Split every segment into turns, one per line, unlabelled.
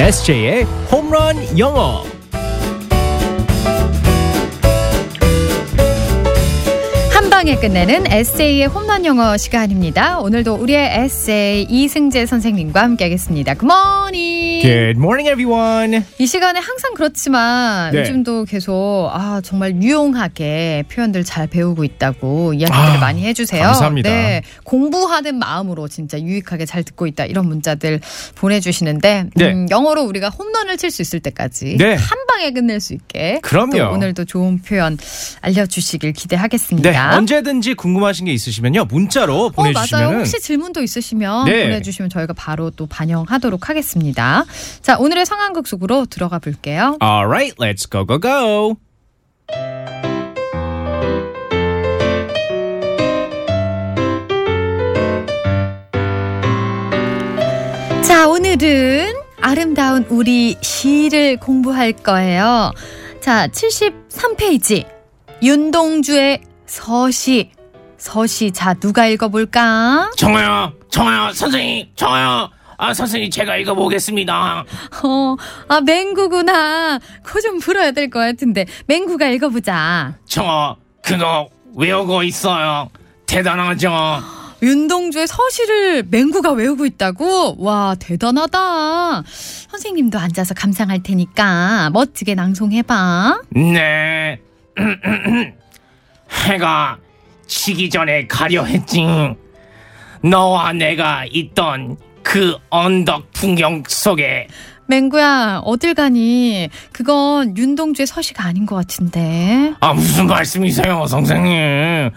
SJ의 홈런 영어.
한 방에 끝내는 에세이의 홈런 영어 시간입니다. 오늘도 우리의 에세이 이승재 선생님과 함께하겠습니다. 굿모닝.
Good morning, everyone.
이 시간에 항상 그렇지만
네.
요즘도 계속 아 정말 유용하게 표현들 잘 배우고 있다고 이야기들
아,
을 많이 해주세요.
감사합니다.
네, 공부하는 마음으로 진짜 유익하게 잘 듣고 있다 이런 문자들 보내주시는데
네.
음, 영어로 우리가 홈런을 칠 수 있을 때까지
네.
한 방에 끝낼 수 있게
그럼요.
또 오늘도 좋은 표현 알려주시길
네,
기대하겠습니다.
언제든지 궁금하신 게 있으시면요, 문자로
어,
보내주시면은
맞아요. 혹시 질문도 있으시면
네.
보내주시면 저희가 바로 또 반영하도록 하겠습니다. 자, 오늘의 상황극 속으로 들어가 볼게요.
Alright, let's go, go, go.
자, 오늘은 아름다운 우리 시를 공부할 거예요. 자, 73페이지. 윤동주의 서시. 서시, 자, 누가 읽어볼까?
정아야, 정아야, 선생님, 정아야. 아, 선생님, 제가 이거 보겠습니다.
어, 아, 맹구구나. 그거 좀 풀어야 될 것 같은데. 맹구가 읽어보자.
정아, 그거 외우고 있어요. 대단하죠?
윤동주의 서시를 맹구가 외우고 있다고? 와, 대단하다. 선생님도 앉아서 감상할 테니까 멋지게 낭송해봐.
네. 해가 지기 전에 가려 했지. 너와 내가 있던 그 언덕 풍경 속에
맹구야, 어딜 가니? 그건 윤동주의 서시가 아닌 것 같은데.
아 무슨 말씀이세요 선생님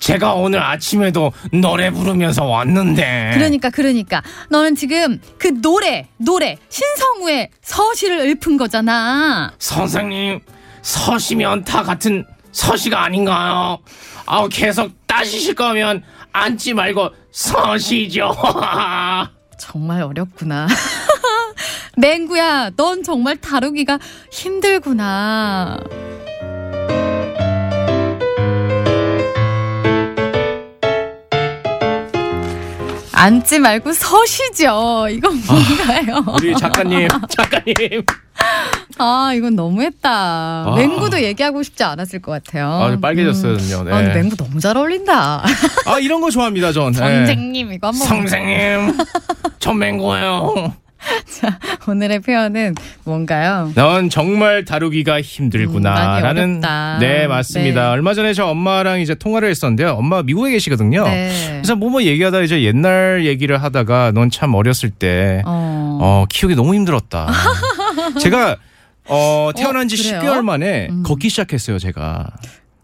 제가 오늘 아침에도 노래 부르면서 왔는데
네.
그러니까, 그러니까. 너는 지금 그 노래, 노래, 신성우의 서시를 읊은 거잖아.
선생님 서시면 다 같은 서시가 아닌가요? 아우 계속 따지실 거면 앉지 말고 서시죠.
정말 어렵구나. 맹구야, 넌 정말 다루기가 힘들구나. 앉지 말고 서시죠. 이건 뭔가요?
아. 우리 작가님.
작가님.
아, 이건 너무했다.
아.
맹구도 얘기하고 싶지 않았을 것 같아요.
아, 좀 빨개졌어요,
음.
전요.
아, 근데
네.
맹구 너무 잘 어울린다.
아, 이런 거 좋아합니다, 전. 네.
선생님, 이거 한번
선생님. 전 맹고예요.
자, 오늘의 표현은 뭔가요?
넌 정말 다루기가
음, 많이
힘들구나라는.
어렵다.
네, 맞습니다.
네.
얼마 전에 저 엄마랑 이제 통화를 했었는데요. 엄마 미국에 계시거든요.
네.
그래서 뭐뭐 얘기하다 이제 옛날 얘기를 하다가 넌 참 어렸을 때
어.
어, 키우기 너무 힘들었다. 제가 어, 태어난 지
그래요? 음.
10개월 만에 걷기 시작했어요, 제가.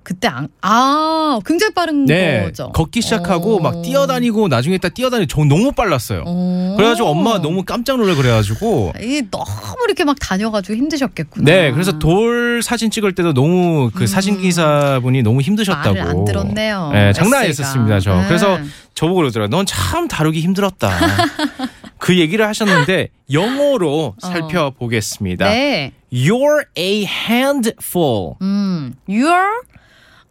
그때 안, 아 굉장히 빠른
네.
거죠.
걷기 시작하고
어.
막 뛰어다니고 나중에 딱 뛰어다니고 저 너무 빨랐어요.
어.
그래가지고 엄마가 너무 깜짝 놀래 그래가지고
이게 너무 이렇게 막 다녀가지고 힘드셨겠구나.
네, 그래서 돌 사진 찍을 때도 너무 그 사진 기사분이 너무 힘드셨다고.
음. 말을 안 들었네요.
네, 장난
에세이가.
아니었습니다, 저.
네.
그래서 저보고 그러더라. 넌 참 다루기 힘들었다. 그 얘기를 하셨는데 영어로 살펴보겠습니다.
네,
You're a handful.
음, you're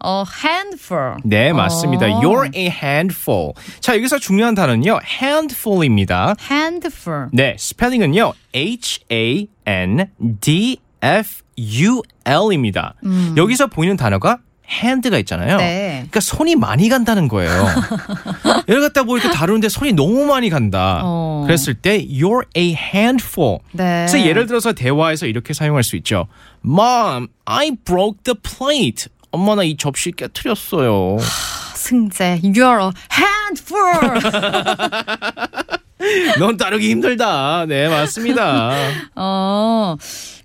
a handful.
네, 맞습니다.
어.
You're a handful. 자, 여기서 중요한 단어는요. handful입니다.
handful.
네, 스펠링은요. H A N D F U L입니다. 여기서 보이는 단어가 hand가 있잖아요.
음. 네.
그러니까 손이 많이 간다는 거예요. 얘를 갖다 뭐 이렇게 다루는데 손이 너무 많이 간다.
어.
그랬을 때 you're a handful.
네.
그래서 예를 들어서 대화에서 이렇게 사용할 수 있죠. Mom, I broke the plate. 엄마 나 이 접시 깨뜨렸어요.
아, 승재, 어, you're a handful.
넌 다루기 힘들다. 네 맞습니다.
어,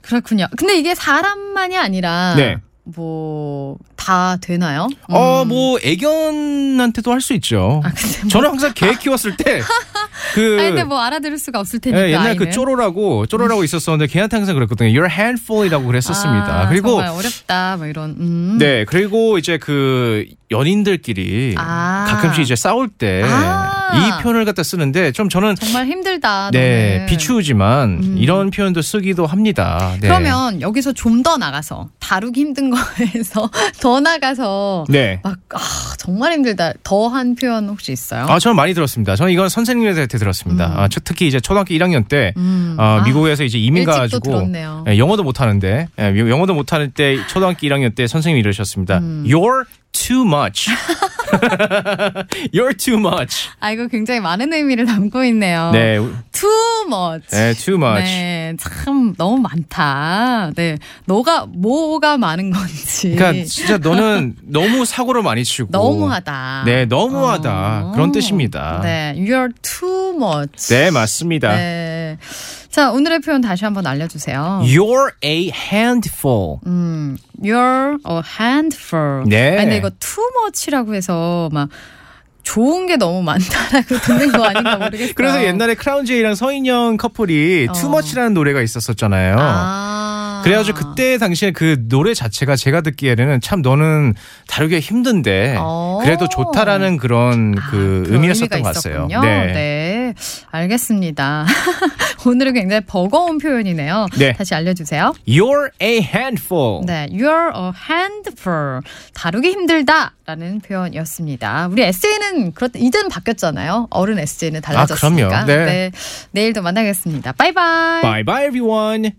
그렇군요. 근데 이게 사람만이 아니라
네.
뭐 다 되나요? 아,
어 뭐 애견한테도 할 수 있죠.
음. 근데 뭐-
저는 항상 개 키웠을 때그
아니, 근데 뭐 알아들을 수가 없을 테니까.
예, 옛날 그
아이는.
쪼로라고 쪼로라고 있었었는데 걔한테 항상 그랬거든요. You're a handful이라고 그랬었습니다.
아,
그리고
정말 어렵다 뭐 이런 음.
네, 그리고 이제 그 연인들끼리
아.
가끔씩 이제 싸울 때 이
아.
표현을 갖다 쓰는데 좀 저는
정말 힘들다.
네,
너는.
비추지만 이런 표현도 쓰기도 합니다. 네.
음. 그러면 여기서 좀 더 나가서 다루기 힘든 거에서 더 나가서
네.
막 아, 정말 힘들다 더한 표현 혹시 있어요? 음.
아, 저는 많이 들었습니다. 저는 이건 선생님한테 들었습니다. 아, 저- 특히 이제 초등학교 1학년 때 어,
아,
미국에서 이제 이민
일찍도
가가지고
들었네요.
예, 영어도 못하는데 예, 미- 영어도 못하는 때 초등학교 1학년 때 선생님이 이러셨습니다.
음.
You're too much. You're too much.
아 이거 굉장히 많은 의미를 담고 있네요.
네,
Too much.
네, too much.
어, 네, 참 너무 많다. 네, 너가 뭐가 많은 건지.
그러니까 진짜 너는 너무 사고를 많이 치고
너무하다.
네, 너무하다.
어.
그런 뜻입니다.
네, you're too much.
네, 맞습니다.
네. 자, 오늘의 표현 다시 한번 알려주세요.
You're a handful.
음, you're a handful.
네.
아, 근데 이거 too much라고 해서 막 좋은 게 너무 많다라고 듣는 거 아닌가 모르겠어요.
그래서 옛날에 크라운제이랑 서인영 커플이
어.
Too Much라는 노래가 있었었잖아요.
아.
그래가지고 그때 당시에 그 노래 자체가 제가 듣기에는 참 너는 다루기가 힘든데
어.
그래도 좋다라는 그런 그
아, 그런 의미가
의미였었던 것 같아요.
있었군요. 네. 알겠습니다. 오늘은 굉장히 버거운 표현이네요.
네.
다시 알려주세요.
You're a handful.
네, you're a handful. 다루기 힘들다라는 표현이었습니다. 우리 에세이는 그렇 이제는 바뀌었잖아요. 어른 에세이는 달라졌으니까.
그럼요. 네.
내일도 만나겠습니다. 바이바이.
Bye bye everyone.